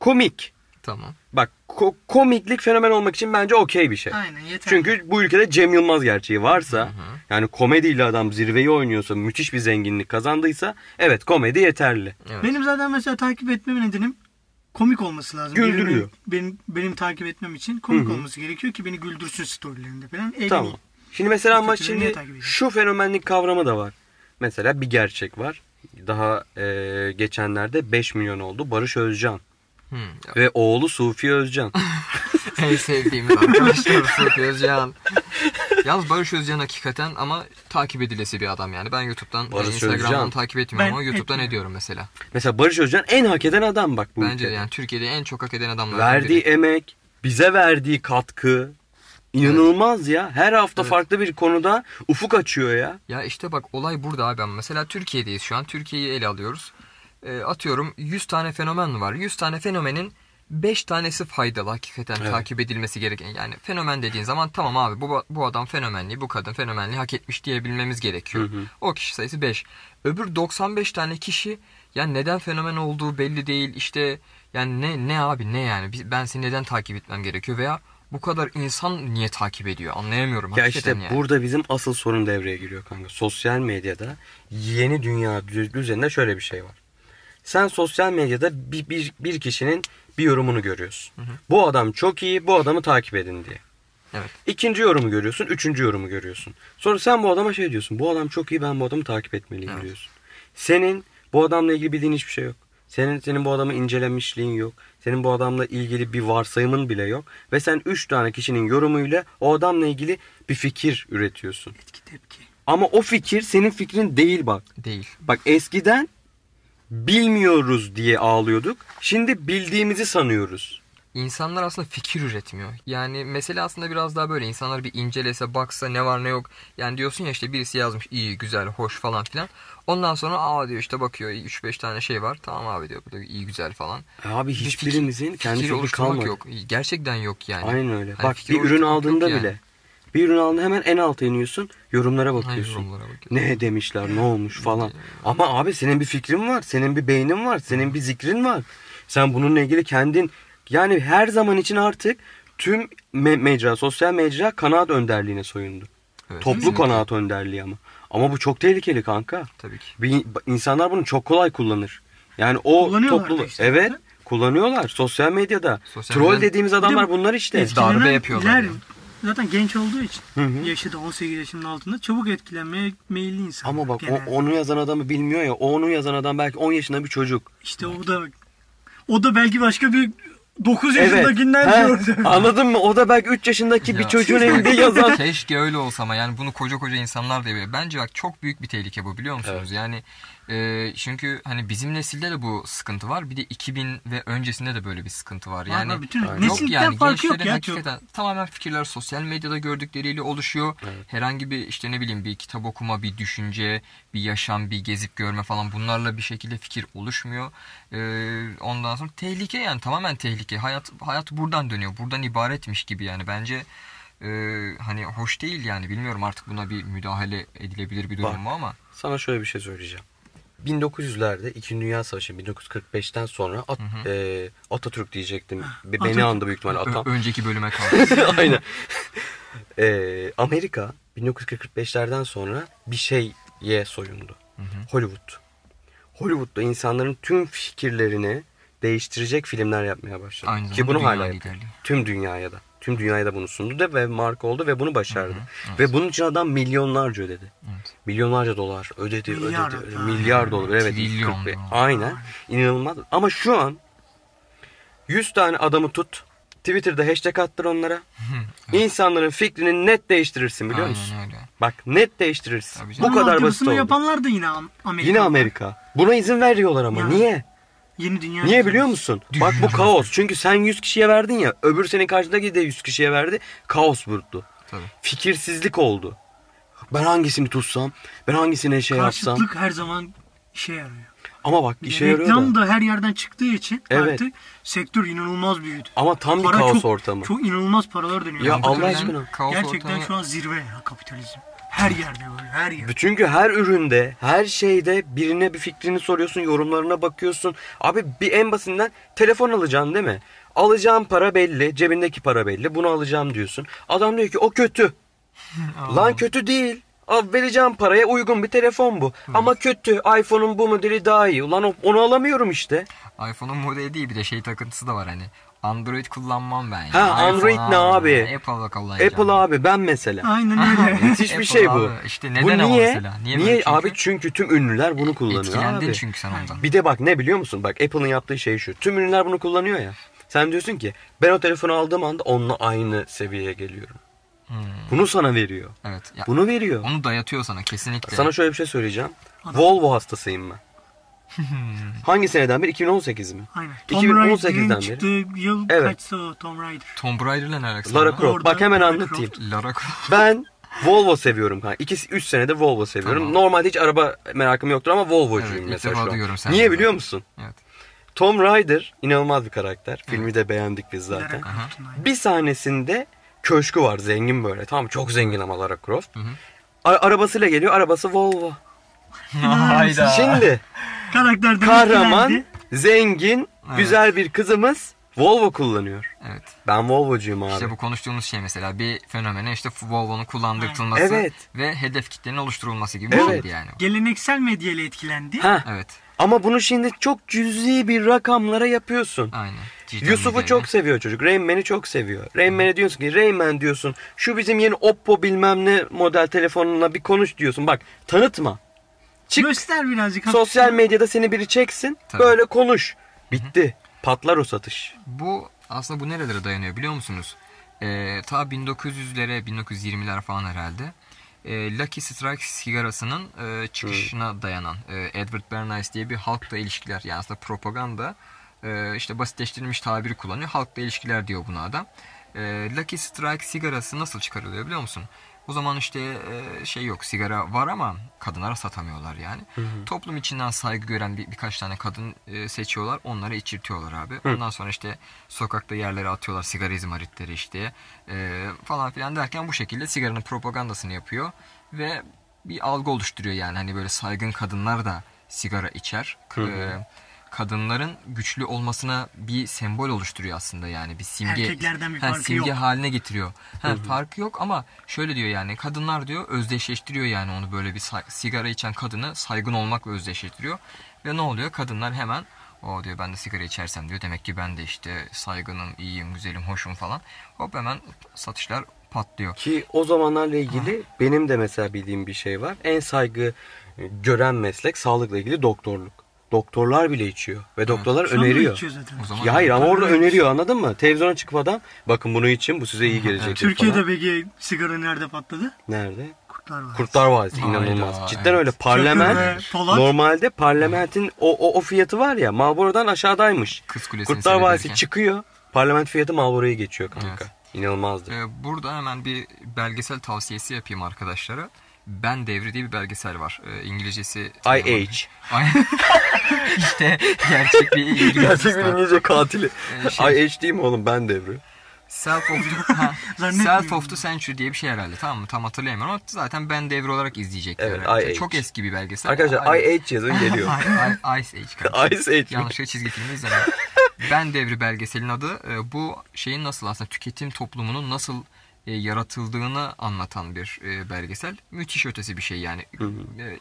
Speaker 2: Komik.
Speaker 1: Tamam.
Speaker 2: Bak ko- komiklik fenomen olmak için bence okey bir şey.
Speaker 3: Aynen yeter.
Speaker 2: Çünkü bu ülkede Cem Yılmaz gerçeği varsa yani komediyle adam zirveyi oynuyorsa müthiş bir zenginlik kazandıysa evet komedi yeterli.
Speaker 1: Evet.
Speaker 3: benim zaten mesela takip etmem nedenim komik olması lazım.
Speaker 2: Güldürüyor.
Speaker 3: Birinin- Benim, benim takip etmem için komik olması gerekiyor ki beni güldürsün storylerinde falan. Eğleneyim.
Speaker 2: Tamam. Şimdi mesela ama
Speaker 3: Kötüleri niye
Speaker 2: şimdi
Speaker 3: takip ediyor?
Speaker 2: şu fenomenlik kavramı da var. Mesela bir gerçek var. Daha e, geçenlerde 5 milyon oldu Barış Özcan
Speaker 1: Hmm.
Speaker 2: ve oğlu
Speaker 1: <laughs>
Speaker 2: Sufi Özcan.
Speaker 1: en sevdiğimiz arkadaşlar Sufi Özcan. Yalnız Barış Özcan hakikaten ama takip edilesi bir adam yani. Ben YouTube'dan,
Speaker 2: Barış
Speaker 1: Instagram'dan
Speaker 2: Özcan.
Speaker 1: takip etmiyorum
Speaker 3: Ben
Speaker 1: ama YouTube'dan
Speaker 3: etmiyorum.
Speaker 1: ediyorum mesela.
Speaker 2: mesela Barış Özcan en hak eden adam bak bu
Speaker 1: Bence de
Speaker 2: ülkede.
Speaker 1: yani Türkiye'de en çok hak eden adamlardan
Speaker 2: Verdiği
Speaker 1: biri.
Speaker 2: emek, bize verdiği katkı inanılmaz ya. Her hafta
Speaker 1: Evet.
Speaker 2: farklı bir konuda ufuk açıyor ya.
Speaker 1: Ya işte bak olay burada abi ama mesela Türkiye'deyiz şu an. Türkiye'yi ele alıyoruz. Ee, atıyorum 100 tane fenomen var. 100 tane fenomenin 5 tanesi faydalı hakikaten
Speaker 2: Evet.
Speaker 1: takip edilmesi gereken. Yani fenomen dediğin zaman tamam abi bu, bu adam fenomenliği, bu kadın fenomenliği hak etmiş diyebilmemiz gerekiyor. O kişi sayısı 5. Öbür 95 tane kişi yani neden fenomen olduğu belli değil. İşte yani ne ne abi ne yani Biz- ben seni neden takip etmem gerekiyor veya bu kadar insan niye takip ediyor anlayamıyorum.
Speaker 2: Ya işte
Speaker 1: hakikaten yani.
Speaker 2: burada bizim asıl sorun devreye giriyor kanka. Sosyal medyada yeni dünya düz- düzeninde şöyle bir şey var. Sen sosyal medyada bir, bir, bir kişinin bir yorumunu görüyorsun. Bu adam çok iyi, bu adamı takip edin diye.
Speaker 1: Evet.
Speaker 2: İkinci yorumu görüyorsun, üçüncü yorumu görüyorsun. Sonra sen bu adama şey diyorsun. Bu adam çok iyi, ben bu adamı takip etmeliyim
Speaker 1: Evet.
Speaker 2: diyorsun. Senin bu adamla ilgili bildiğin hiçbir şey yok. Senin senin bu adamı incelemişliğin yok. Senin bu adamla ilgili bir varsayımın bile yok. Ve sen 3 tane kişinin yorumuyla o adamla ilgili bir fikir üretiyorsun.
Speaker 3: Etki tepki.
Speaker 2: Ama o fikir senin fikrin değil bak.
Speaker 1: Değil.
Speaker 2: Bak eskiden bilmiyoruz diye ağlıyorduk. Şimdi bildiğimizi sanıyoruz.
Speaker 1: İnsanlar aslında fikir üretmiyor. Yani mesele aslında biraz daha böyle insanlar bir incelese, baksa ne var ne yok. Yani diyorsun ya işte birisi yazmış iyi, güzel, hoş falan filan. Ondan sonra aa diyor işte bakıyor 3-5 tane şey var. Tamam abi diyor bu da iyi güzel falan.
Speaker 2: E Abi
Speaker 1: Bir fikir-
Speaker 2: hiçbirimizin kendi
Speaker 1: fikir
Speaker 2: fikri
Speaker 1: oluşturmak
Speaker 2: kalmadı.
Speaker 1: yok. Gerçekten yok yani.
Speaker 2: Aynen öyle.
Speaker 1: Hani
Speaker 2: Bak
Speaker 1: fikir
Speaker 2: bir ürün
Speaker 1: oluşturmak yok
Speaker 2: aldığında
Speaker 1: yani.
Speaker 2: bile bir ürün aldığında hemen en alta iniyorsun, yorumlara
Speaker 1: Aynen
Speaker 2: bakıyorsun.
Speaker 1: yorumlara bakıyorsun.
Speaker 2: Ne demişler, ne olmuş falan. Ama abi senin bir fikrin var, senin bir beynin var, senin bir zikrin var. Sen bununla ilgili kendin yani her zaman için artık tüm me- mecra, sosyal mecra kanaat önderliğine soyundu.
Speaker 1: Evet,
Speaker 2: Toplu
Speaker 1: kesinlikle.
Speaker 2: kanaat önderliği ama. Ama bu çok tehlikeli kanka.
Speaker 1: Tabii ki.
Speaker 2: Bir, insanlar bunu çok kolay kullanır. Yani o
Speaker 3: Kullanıyorlar
Speaker 2: toplu
Speaker 3: da işte.
Speaker 2: evet kullanıyorlar sosyal medyada.
Speaker 1: Sosyal
Speaker 2: Troll
Speaker 1: medyanın-
Speaker 2: dediğimiz adamlar bunlar işte.
Speaker 1: Biz- darbe
Speaker 3: Etkilenen
Speaker 1: yapıyorlar
Speaker 3: iler-
Speaker 1: yani.
Speaker 3: Zaten genç olduğu için
Speaker 2: Hı hı.
Speaker 3: yaşı da 18 yaşının altında çabuk etkilenmeye meyilli insan.
Speaker 2: Ama bak o, onu yazan adamı bilmiyor ya. O onu yazan adam belki 10 yaşında bir çocuk.
Speaker 3: İşte o da o da belki başka bir 9 yaşındakinden
Speaker 2: He,
Speaker 3: gördüm.
Speaker 2: Anladın mı? O da belki 3 yaşındaki bir
Speaker 1: Ya,
Speaker 2: çocuğun
Speaker 1: bak,
Speaker 2: elinde
Speaker 1: <laughs>
Speaker 2: yazan.
Speaker 1: Keşke öyle olsa ama yani bunu koca koca insanlar da yapıyor. Bence bak çok büyük bir tehlike bu biliyor musunuz? Yani e, çünkü hani bizim nesilde de bu sıkıntı var. Bir de 2000 ve öncesinde de böyle bir sıkıntı var.
Speaker 3: Var
Speaker 1: Yani
Speaker 3: var, bütün
Speaker 2: Aynen.
Speaker 1: Yok
Speaker 3: nesilden
Speaker 1: yani
Speaker 3: farkı yok
Speaker 1: gençlerin
Speaker 3: ya. çok.
Speaker 1: hakikaten tamamen fikirler sosyal medyada gördükleriyle oluşuyor. Herhangi bir işte ne bileyim bir kitap okuma, bir düşünce, bir yaşam, bir gezip görme falan bunlarla bir şekilde fikir oluşmuyor. Ee, ondan sonra tehlike yani tamamen tehlike. Hayat hayat buradan dönüyor. Buradan ibaretmiş gibi yani bence e, hani hoş değil yani bilmiyorum artık buna bir müdahale edilebilir bir durum mu ama
Speaker 2: Sana şöyle bir şey söyleyeceğim. 1900'lerde 2. Dünya Savaşı 1945'ten sonra At- e, Atatürk diyecektim. Be- Beni
Speaker 3: Atatürk.
Speaker 2: andı büyük ihtimalle
Speaker 1: ö- <laughs>
Speaker 2: atam. <laughs>
Speaker 1: önceki bölüme kaldı.
Speaker 2: Aynen. <laughs> Ee, Amerika 1945'lerden sonra bir şeye soyundu. Hollywood. Hollywood'da insanların tüm fikirlerini değiştirecek filmler yapmaya başladı.
Speaker 1: Aynı
Speaker 2: Ki
Speaker 1: zamanda
Speaker 2: bunu hala
Speaker 1: dünya
Speaker 2: yapıyor.
Speaker 1: liderliği.
Speaker 2: Tüm dünyaya da. Tüm dünyaya da bunu sundu da ve marka oldu ve bunu başardı. Ve bunun için adam milyonlarca ödedi. Milyonlarca dolar ödedi,
Speaker 3: Milyar
Speaker 2: ödedi, ödedi.
Speaker 3: hatta.
Speaker 2: Milyar dolar. Evet,
Speaker 1: Trilyon
Speaker 2: 45.
Speaker 1: dolar.
Speaker 2: Aynen. İnanılmaz. Ama şu an 100 tane adamı tut. Twitter'da hashtag attır onlara. İnsanların fikrini net değiştirirsin biliyor musun?
Speaker 1: Aynen öyle.
Speaker 2: Bak net değiştirirsin.
Speaker 1: Tabii
Speaker 2: Bu
Speaker 1: canım.
Speaker 3: Bunun
Speaker 2: kadar basit
Speaker 3: altyapısını
Speaker 2: oldu.
Speaker 3: yapanlar da yine Am- Amerika.
Speaker 2: Yine Amerika. Buna izin veriyorlar ama.
Speaker 3: Yani.
Speaker 2: Niye?
Speaker 3: Yeni dünya.
Speaker 2: Niye biliyor musun? Bak bu kaos. Çünkü sen 100 kişiye verdin ya. Öbür senin karşındaki de 100 kişiye verdi. Kaos bulutlu.
Speaker 1: Tabii.
Speaker 2: Fikirsizlik oldu. Ben hangisini tutsam? Ben hangisine şey yapsam?
Speaker 3: Karşıtlık her zaman işe yarıyor.
Speaker 2: Ama bak
Speaker 3: Bir de
Speaker 2: işe yarıyor da.
Speaker 3: reklam da her yerden çıktığı için
Speaker 2: Evet.
Speaker 3: artık sektör inanılmaz büyüdü.
Speaker 2: Ama tam bir
Speaker 3: Para
Speaker 2: kaos
Speaker 3: çok,
Speaker 2: ortamı.
Speaker 3: Çok inanılmaz paralar dönüyor.
Speaker 2: Ya
Speaker 3: Kapitalizm-
Speaker 2: Allah aşkına.
Speaker 1: Kaos
Speaker 3: Gerçekten
Speaker 1: ortamı-
Speaker 3: şu an zirve ya kapitalizm. Her yerde böyle her
Speaker 2: <laughs>
Speaker 3: yer.
Speaker 2: Çünkü her üründe, her şeyde birine bir fikrini soruyorsun, yorumlarına bakıyorsun. Abi bir en basitinden telefon alacaksın değil mi? Alacağım para belli, cebindeki para belli. Bunu alacağım diyorsun. Adam diyor ki o kötü. Lan kötü değil. Al vereceğim paraya uygun bir telefon bu. Ama kötü. iPhone'un bu modeli daha iyi. Ulan o- onu alamıyorum işte.
Speaker 1: iPhone'un modeli değil bir de şey takıntısı da var hani. Android kullanmam ben. ya.
Speaker 2: Ha, Android ne abi?
Speaker 1: Apple'da kullanacağım.
Speaker 2: Apple abi ben mesela.
Speaker 3: Aynen
Speaker 2: <laughs>
Speaker 3: öyle.
Speaker 2: Müthiş
Speaker 1: Apple
Speaker 2: bir şey bu.
Speaker 1: abi. İşte neden
Speaker 2: bu niye?
Speaker 1: ama mesela? Niye
Speaker 2: Niye,
Speaker 1: böyle? Çünkü- E,
Speaker 2: abi? Çünkü tüm ünlüler bunu kullanıyor
Speaker 1: Etkilendin
Speaker 2: abi.
Speaker 1: çünkü sen ondan.
Speaker 2: Bir de bak ne biliyor musun? Bak Apple'ın yaptığı şey şu. Tüm ürünler bunu kullanıyor ya. Sen diyorsun ki ben o telefonu aldığım anda onunla aynı seviyeye geliyorum.
Speaker 1: Hmm.
Speaker 2: Bunu sana veriyor.
Speaker 1: Evet. Ya,
Speaker 2: Bunu veriyor.
Speaker 1: Onu dayatıyor sana kesinlikle.
Speaker 2: Sana şöyle bir şey söyleyeceğim. Volvo
Speaker 1: <laughs>
Speaker 2: hastasıyım ben. Hangi seneden beri? 2018 mi?
Speaker 3: Aynen. Tom
Speaker 2: 2018'den
Speaker 3: Raider'ın
Speaker 2: beri.
Speaker 3: çıktığı yıl
Speaker 2: Evet.
Speaker 3: kaçtı o Tom Raider?
Speaker 1: Tomb Raider'la ne alakası
Speaker 2: Lara
Speaker 1: var?
Speaker 2: Croft. Bak hemen
Speaker 3: Lara
Speaker 2: anlatayım.
Speaker 1: Lara Croft. <laughs>
Speaker 2: <laughs> Ben Volvo seviyorum kanka. 2 3 senede Volvo seviyorum.
Speaker 1: Tamam.
Speaker 2: Normalde hiç araba merakım yoktur ama Volvo'cuyum
Speaker 1: Evet, ilk
Speaker 2: mesela
Speaker 1: defa
Speaker 2: şu an.
Speaker 1: duyuyorum senden
Speaker 2: Niye
Speaker 1: ben.
Speaker 2: biliyor musun?
Speaker 1: Evet.
Speaker 2: <laughs> Tom Rider inanılmaz bir karakter. Filmi de beğendik biz zaten.
Speaker 3: Lara Croft'un aynen.
Speaker 2: Bir sahnesinde köşkü var zengin böyle. Tamam çok zengin ama Lara Croft. A- arabasıyla geliyor. Arabası Volvo.
Speaker 1: Hayda.
Speaker 2: Şimdi
Speaker 3: Karakter de
Speaker 2: kahraman,
Speaker 3: etkilendi.
Speaker 2: zengin, güzel bir kızımız Volvo kullanıyor.
Speaker 1: Evet.
Speaker 2: Ben Volvo'cuyum abi.
Speaker 1: İşte bu konuştuğumuz şey mesela bir fenomene işte Volvo'nun kullandırtılması
Speaker 2: Evet.
Speaker 1: ve hedef kitlenin oluşturulması gibi
Speaker 2: Evet.
Speaker 1: bir şeydi yani.
Speaker 3: Geleneksel medyayla etkilendi.
Speaker 2: Heh.
Speaker 1: Evet.
Speaker 2: Ama bunu şimdi çok cüzi bir rakamlara yapıyorsun.
Speaker 1: Aynen. Dijital
Speaker 2: Yusuf'u
Speaker 1: medyayla.
Speaker 2: çok seviyor çocuk. Rain Man'i çok seviyor. Rain Man'e diyorsun ki Rain Man diyorsun. Şu bizim yeni Oppo bilmem ne model telefonuna bir konuş diyorsun. Bak tanıtma. Çık.
Speaker 3: Göster birazcık.
Speaker 2: Sosyal medyada seni biri çeksin.
Speaker 1: Tabii.
Speaker 2: Böyle konuş. Bitti. Patlar o satış.
Speaker 1: Bu aslında bu nerelere dayanıyor biliyor musunuz? Ee, ta 1900'lere 1920'ler falan herhalde. Ee, Lucky Strike sigarasının e, çıkışına dayanan e, Edward Bernays diye bir halkla ilişkiler yani aslında propaganda e, işte basitleştirilmiş tabiri kullanıyor. Halkla ilişkiler diyor buna adam. E, Lucky Strike sigarası nasıl çıkarılıyor biliyor musun? O zaman işte e, şey yok sigara var ama kadınlara satamıyorlar yani. Toplum içinden saygı gören bir, birkaç tane kadın e, seçiyorlar. Onlara içirtiyorlar abi. Ondan sonra işte sokakta yerlere atıyorlar sigara izmaritleri işte e, falan filan derken bu şekilde sigaranın propagandasını yapıyor. Ve bir algı oluşturuyor yani hani böyle saygın kadınlar da sigara içer. E, kadınların güçlü olmasına bir sembol oluşturuyor aslında yani bir simge.
Speaker 3: Erkeklerden bir
Speaker 1: Ha,
Speaker 3: farkı
Speaker 1: simge
Speaker 3: yok.
Speaker 1: haline getiriyor. Ha, farkı yok ama şöyle diyor yani kadınlar diyor özdeşleştiriyor yani onu böyle bir say- sigara içen kadını saygın olmakla özdeşleştiriyor. Ve ne oluyor? Kadınlar hemen o diyor ben de sigara içersem diyor demek ki ben de işte saygınım, iyiyim, güzelim, hoşum falan. Hop hemen satışlar patlıyor.
Speaker 2: Ki o zamanlarla ilgili benim de mesela bildiğim bir şey var. En saygı e, gören meslek sağlıkla ilgili doktorluk. Doktorlar bile içiyor ve doktorlar
Speaker 3: Şu anda
Speaker 2: öneriyor.
Speaker 3: içiyor zaten.
Speaker 1: O zaman
Speaker 2: Ya hayır ama orada
Speaker 3: Evet.
Speaker 1: şey-
Speaker 2: öneriyor anladın mı? Televizyona çıkıp adam bakın bunu için bu size iyi gelecek.
Speaker 3: Türkiye'de peki sigara nerede patladı?
Speaker 2: Nerede?
Speaker 3: Kurtlar var.
Speaker 2: Kurtlar Vadisi
Speaker 1: Hayda,
Speaker 2: inanılmaz. Cidden
Speaker 1: evet.
Speaker 2: öyle parlament.
Speaker 3: Çakır ve Polat.
Speaker 2: Normalde parlamentin o, o, o fiyatı var ya Marlboro'dan aşağıdaymış.
Speaker 1: Kız Kulesi'ni
Speaker 2: Kurtlar Vadisi
Speaker 1: seyrederken.
Speaker 2: çıkıyor. Parlament fiyatı Marlboro'yu geçiyor kanka.
Speaker 1: Evet.
Speaker 2: İnanılmazdı.
Speaker 1: Ee, burada hemen bir belgesel tavsiyesi yapayım arkadaşlara. Ben Devri diye bir belgesel var. Ee, İngilizcesi...
Speaker 2: IH.
Speaker 1: Ay- <laughs> işte gerçek bir İngiliz.
Speaker 2: Gerçek bir İngilizce katili.
Speaker 1: Ee, şey-
Speaker 2: IH değil mi oğlum ben devri?
Speaker 1: Self of the, <laughs> ha,
Speaker 3: Zannetmiyorum.
Speaker 1: Self of the Century diye bir şey herhalde tamam mı? Tam hatırlayamıyorum ama zaten ben devre olarak izleyecekler.
Speaker 2: Evet,
Speaker 1: herhalde.
Speaker 2: IH.
Speaker 1: Çok eski bir belgesel.
Speaker 2: Arkadaşlar
Speaker 1: Ay-
Speaker 2: IH
Speaker 1: <laughs>
Speaker 2: yazın geliyor.
Speaker 1: Ay- Ice Age
Speaker 2: <laughs>
Speaker 1: kardeşim.
Speaker 2: Ice Age mi?
Speaker 1: Yanlışlıkla çizgi filmi
Speaker 2: <laughs>
Speaker 1: izlemedim. ben devri belgeselin adı e, bu şeyin nasıl aslında tüketim toplumunun nasıl e, yaratıldığını anlatan bir e, belgesel. Müthiş ötesi bir şey yani. E,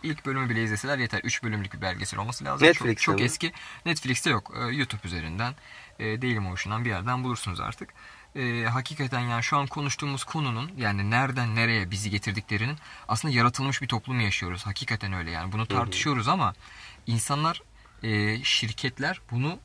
Speaker 1: İlk bölümü bile izleseler yeter. 3 bölümlük bir belgesel olması lazım.
Speaker 2: Netflix'te
Speaker 1: çok,
Speaker 2: mi?
Speaker 1: çok eski. Netflix'te yok. E, YouTube üzerinden e, Dailymotion'dan bir yerden bulursunuz artık. E, hakikaten yani şu an konuştuğumuz konunun yani nereden nereye bizi getirdiklerinin aslında yaratılmış bir toplum yaşıyoruz. Hakikaten öyle yani. Bunu tartışıyoruz ama insanlar e, şirketler bunu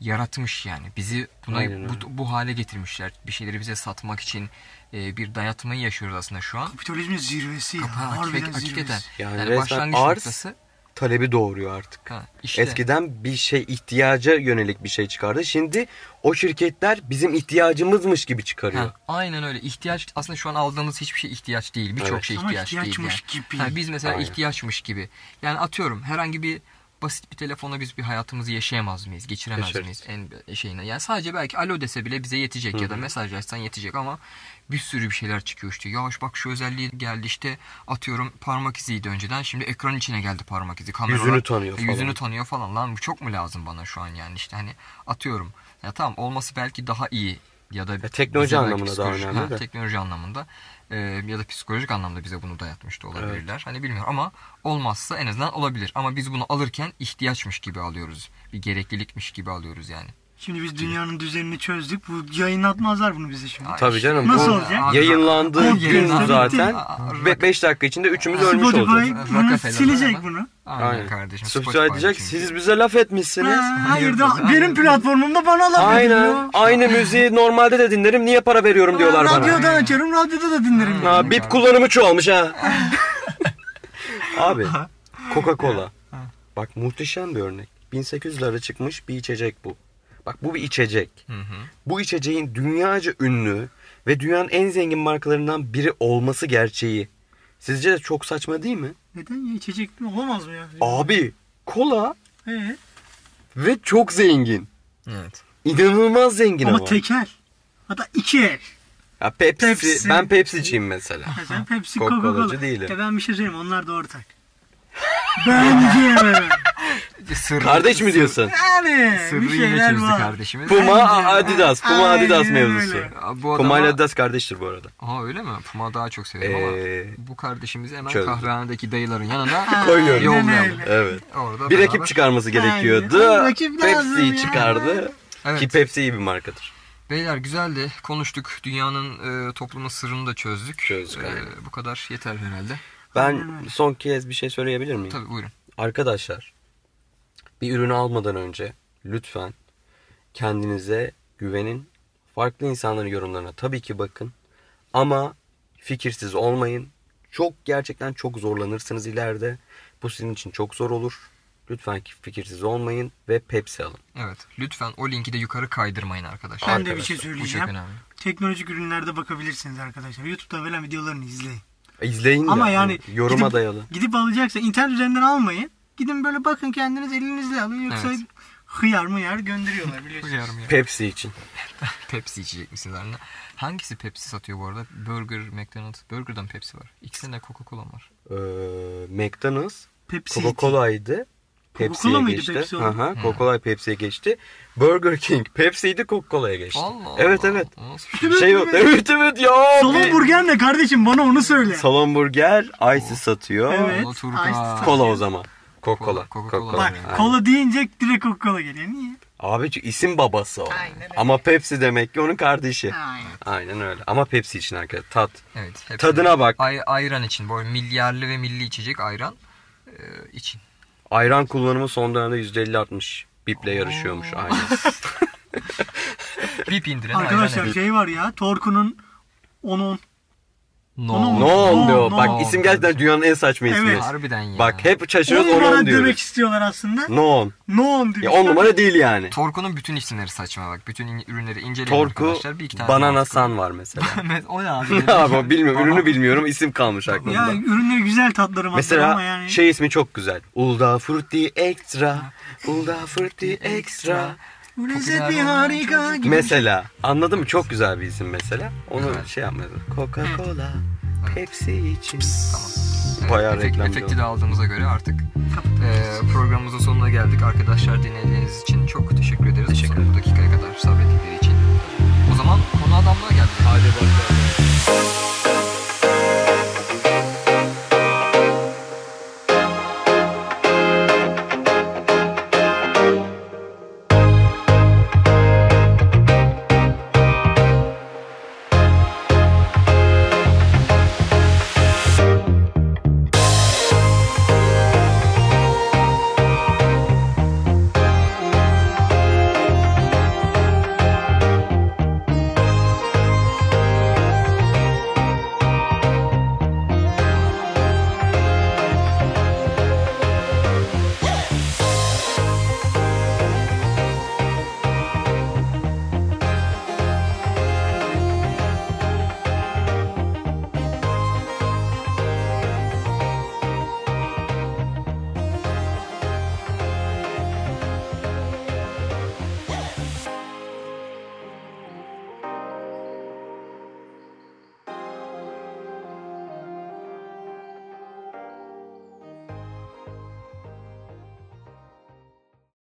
Speaker 1: yaratmış yani. Bizi buna
Speaker 2: Aynen öyle.
Speaker 1: bu, bu hale getirmişler. Bir şeyleri bize satmak için e, bir dayatmayı yaşıyoruz aslında şu an.
Speaker 3: Kapitalizmin zirvesi. ya,
Speaker 1: Ha,
Speaker 3: harbiden
Speaker 1: hakikaten, hakikaten.
Speaker 3: zirvesi.
Speaker 2: Yani
Speaker 1: Yani,
Speaker 2: resmen
Speaker 1: başlangıç
Speaker 2: arz-
Speaker 1: noktası
Speaker 2: Talebi doğuruyor artık.
Speaker 1: ha, işte.
Speaker 2: Eskiden bir şey ihtiyaca yönelik bir şey çıkardı. Şimdi o şirketler bizim ihtiyacımızmış gibi çıkarıyor.
Speaker 1: Ha, aynen öyle. İhtiyaç aslında şu an aldığımız hiçbir şey ihtiyaç değil. Birçok
Speaker 2: Evet.
Speaker 1: şey
Speaker 3: Ama
Speaker 1: ihtiyaç değil.
Speaker 3: ihtiyaçmış
Speaker 1: yani.
Speaker 3: gibi.
Speaker 1: Ha, biz mesela
Speaker 2: Aynen.
Speaker 1: ihtiyaçmış gibi. Yani atıyorum herhangi bir basit bir telefonla biz bir hayatımızı yaşayamaz mıyız? Geçiremez
Speaker 2: Yaşarız.
Speaker 1: miyiz en şeyine? Yani sadece belki alo dese bile bize yetecek ya da mesaj açsan yetecek ama bir sürü bir şeyler çıkıyor işte. Yavaş bak şu özelliği geldi işte atıyorum parmak iziydi önceden. Şimdi ekran içine geldi parmak izi. Kameralar E,
Speaker 2: Yüzünü tanıyor
Speaker 1: yüzünü
Speaker 2: falan.
Speaker 1: tanıyor falan lan bu çok mu lazım bana şu an yani işte hani atıyorum ya tamam olması belki daha iyi ya da
Speaker 2: Ya E, teknoloji
Speaker 1: bize belki
Speaker 2: anlamında daha
Speaker 1: psikolojik-
Speaker 2: önemli de.
Speaker 1: teknoloji anlamında e, ya da psikolojik anlamda bize bunu dayatmış da olabilirler hani bilmiyorum ama olmazsa en azından olabilir ama biz bunu alırken ihtiyaçmış gibi alıyoruz bir gereklilikmiş gibi alıyoruz yani
Speaker 3: Şimdi biz dünyanın düzenini çözdük. Bu yayınlatmazlar bunu bize şimdi.
Speaker 1: Ay,
Speaker 2: Tabii
Speaker 1: işte-
Speaker 2: canım.
Speaker 3: Nasıl
Speaker 2: bu
Speaker 3: olacak?
Speaker 1: Abi,
Speaker 2: Yayınlandığı
Speaker 3: Abi,
Speaker 2: gün
Speaker 3: yayınlandı.
Speaker 2: zaten
Speaker 1: Aa,
Speaker 2: 5 dakika içinde üçümüz ölmüş
Speaker 3: Spotify
Speaker 2: olacağız.
Speaker 3: bunu
Speaker 1: Rockefeller
Speaker 3: silecek
Speaker 1: ama.
Speaker 3: bunu.
Speaker 1: aynen, kardeşim
Speaker 2: Spotify
Speaker 1: Spotify
Speaker 2: diyecek
Speaker 1: çünkü.
Speaker 2: siz bize laf etmişsiniz.
Speaker 3: Ha, hayır
Speaker 1: Aynen.
Speaker 3: da benim platformumda bana laf
Speaker 2: Aynen.
Speaker 3: ediliyor.
Speaker 2: Aynı müziği normalde de dinlerim. Niye para veriyorum diyorlar
Speaker 3: Radyodan
Speaker 2: bana.
Speaker 3: açarım, radyoda da dinlerim.
Speaker 1: Ha.
Speaker 2: Ha, bip kullanımı çoğalmış ha. <laughs> Abi Coca-Cola. Bak muhteşem bir örnek. 1800'lere çıkmış bir içecek bu. Bak bu bir içecek.
Speaker 1: Hı hı.
Speaker 2: Bu içeceğin dünyaca ünlü ve dünyanın en zengin markalarından biri olması gerçeği. Sizce de çok saçma değil mi?
Speaker 3: Neden ya içecek mi? Olamaz mı ya?
Speaker 2: Abi kola
Speaker 3: Ee,
Speaker 2: ve çok zengin.
Speaker 1: evet
Speaker 2: İnanılmaz zengin ama.
Speaker 3: ama tekel. Hatta
Speaker 2: <laughs>
Speaker 3: iki el.
Speaker 2: Ya Pepsi,
Speaker 3: Pepsi.
Speaker 2: ben Pepsi'ciyim mesela.
Speaker 3: Mesela Pepsi,
Speaker 2: Coca-Colacı
Speaker 3: Coca-Cola.
Speaker 2: değilim.
Speaker 3: Ya ben bir şey söyleyeyim onlar da ortak.
Speaker 2: <laughs>
Speaker 3: Bence.
Speaker 1: Sır-
Speaker 2: Kardeş mi diyorsun?
Speaker 3: Yani
Speaker 1: sırrı
Speaker 3: bir
Speaker 1: yine
Speaker 3: şeyler
Speaker 1: çözdük
Speaker 3: var.
Speaker 1: kardeşimiz
Speaker 2: Puma
Speaker 3: Bence.
Speaker 2: Adidas, Puma
Speaker 3: Aynen
Speaker 2: Adidas
Speaker 3: öyle.
Speaker 2: mevzusu.
Speaker 1: Aa, bu
Speaker 2: Puma ile
Speaker 1: adama
Speaker 2: Adidas kardeştir bu arada.
Speaker 1: Aa öyle mi? Puma daha çok seviyorum
Speaker 2: Ee,
Speaker 1: ama bu kardeşimizi hemen
Speaker 2: çözdüm.
Speaker 1: kahvehanedeki dayıların yanına
Speaker 2: <laughs> Koyuyorum.
Speaker 1: yollayalım.
Speaker 3: Aynen
Speaker 2: Evet.
Speaker 1: Orada
Speaker 2: Bir
Speaker 1: beraber-
Speaker 2: rakip çıkarması gerekiyordu.
Speaker 3: Aynen. Rakip lazım
Speaker 2: Pepsi'yi
Speaker 3: ya.
Speaker 2: çıkardı.
Speaker 1: Evet.
Speaker 2: Ki Pepsi iyi bir markadır.
Speaker 1: Beyler güzeldi. Konuştuk. Dünyanın e, toplumun sırrını da çözdük.
Speaker 2: Çözdük,
Speaker 1: E,
Speaker 2: aynen.
Speaker 1: bu kadar yeter herhalde.
Speaker 2: Ben son kez bir şey söyleyebilir miyim?
Speaker 1: Tabii buyurun.
Speaker 2: Arkadaşlar bir ürünü almadan önce lütfen kendinize güvenin. Farklı insanların yorumlarına tabii ki bakın. Ama fikirsiz olmayın. Çok gerçekten çok zorlanırsınız ileride. Bu sizin için çok zor olur. Lütfen fikirsiz olmayın ve Pepsi alın.
Speaker 1: Evet. Lütfen o linki de yukarı kaydırmayın arkadaşlar.
Speaker 3: Ben de bir şey
Speaker 2: Arkadaşlar, bu
Speaker 1: Bu çok
Speaker 3: söyleyeceğim.
Speaker 1: önemli.
Speaker 3: Teknolojik ürünlerde bakabilirsiniz arkadaşlar. YouTube'da verilen videolarını izleyin.
Speaker 2: İzleyin
Speaker 3: Ama
Speaker 2: de,
Speaker 3: yani
Speaker 2: yoruma
Speaker 3: gidip-
Speaker 2: dayalı.
Speaker 3: Gidip alacaksa internet üzerinden almayın. Gidin böyle bakın kendiniz elinizle alın. Yoksa
Speaker 1: Evet.
Speaker 3: hıyar mıyar gönderiyorlar biliyorsunuz.
Speaker 1: Uyarım ya.
Speaker 2: Pepsi için.
Speaker 1: Pepsi içecek misiniz anne? Hangisi Pepsi satıyor bu arada? Burger, McDonald's. Burger'dan Pepsi var. İkisinde Coca-Cola var.
Speaker 2: Ee, McDonald's
Speaker 3: Pepsi Coca-Cola.
Speaker 2: Coca-Cola'ydı. Pepsi'ye
Speaker 3: Şey Coca-Cola mıydı
Speaker 2: geçti.
Speaker 3: Pepsi olan?
Speaker 2: Aha, Coca-Cola Pepsi'ye geçti. Burger King Pepsi'ydi Coca-Cola'ya geçti.
Speaker 1: Allah
Speaker 2: evet
Speaker 1: Allah.
Speaker 2: evet.
Speaker 1: O nasıl bir
Speaker 2: <laughs>
Speaker 1: şey?
Speaker 2: Şey yok. Evet evet ya.
Speaker 3: Salon
Speaker 2: bir-
Speaker 3: burger ne kardeşim bana onu söyle.
Speaker 2: Salon burger Ice'ı satıyor.
Speaker 3: Oh. Evet.
Speaker 1: Allah
Speaker 3: Ice
Speaker 1: Turkan.
Speaker 3: tea.
Speaker 2: Kola o zaman. Coca-Cola.
Speaker 1: Coca-Cola.
Speaker 2: Coca-Cola.
Speaker 3: Bak
Speaker 1: Yani.
Speaker 2: Aynen.
Speaker 3: kola deyince direkt Coca-Cola geliyor. Niye?
Speaker 2: Abi çünkü isim babası o.
Speaker 3: Aynen öyle.
Speaker 2: Ama Pepsi demek ki onun kardeşi.
Speaker 3: Aynen.
Speaker 2: Aynen öyle. Ama Pepsi için arkadaşlar. Tat.
Speaker 1: Evet. hepsi-
Speaker 2: Tadına bak.
Speaker 1: Ay, ayran için. Böyle milyarlı ve milli içecek ayran e, için.
Speaker 2: Ayran kullanımı son dönemde %50 artmış. Biple yarışıyormuş
Speaker 3: <laughs>
Speaker 2: aynen.
Speaker 1: Bip indiren ayran.
Speaker 3: Arkadaşlar
Speaker 1: evet.
Speaker 3: şey var ya Torku'nun onun
Speaker 2: Ne
Speaker 3: No,
Speaker 2: oldu?
Speaker 3: no.
Speaker 2: Bak isim gerçekten dünyanın en saçma ismi.
Speaker 3: Evet.
Speaker 1: Harbiden ya.
Speaker 2: Bak hep şaşırıyoruz
Speaker 3: 10
Speaker 2: onu
Speaker 3: numara
Speaker 2: Şey, on
Speaker 3: demek
Speaker 2: diyoruz.
Speaker 3: istiyorlar aslında.
Speaker 2: No on.
Speaker 3: No on
Speaker 2: Ya
Speaker 3: diyor.
Speaker 2: on numara değil yani.
Speaker 1: Torku'nun bütün isimleri saçma bak. Bütün in- ürünleri inceleyin
Speaker 2: Torku
Speaker 1: arkadaşlar. Bir iki tane <laughs>
Speaker 2: Banana
Speaker 1: mantıklı.
Speaker 2: San var mesela.
Speaker 1: o ne abi?
Speaker 2: <laughs> ne abi o bilmiyorum. Ürünü bilmiyorum. isim kalmış aklımda.
Speaker 3: Ya ürünleri güzel tatları var ama
Speaker 2: Mesela
Speaker 3: yani.
Speaker 2: şey ismi çok güzel. Ulda Frutti Extra. Ulda Frutti Extra.
Speaker 3: Bu
Speaker 1: popüler
Speaker 3: lezzet bir
Speaker 1: olan
Speaker 3: harika
Speaker 1: çocuk.
Speaker 3: gibi.
Speaker 2: Mesela. Anladın mı? Çok güzel bir isim mesela. Onu şey yapmayalım. Coca Cola. Pepsi için.
Speaker 1: Tamam.
Speaker 2: Bayağı
Speaker 1: efekt-
Speaker 2: reklamcı
Speaker 1: Efekti
Speaker 2: oldu.
Speaker 1: de aldığımıza göre artık e, programımızın sonuna geldik. Arkadaşlar dinlediğiniz için çok teşekkür ederiz.
Speaker 2: Teşekkür
Speaker 1: Son bu dakikaya kadar sabrettikleri için. O zaman konu adamlığa geldik.
Speaker 2: Hadi bakalım.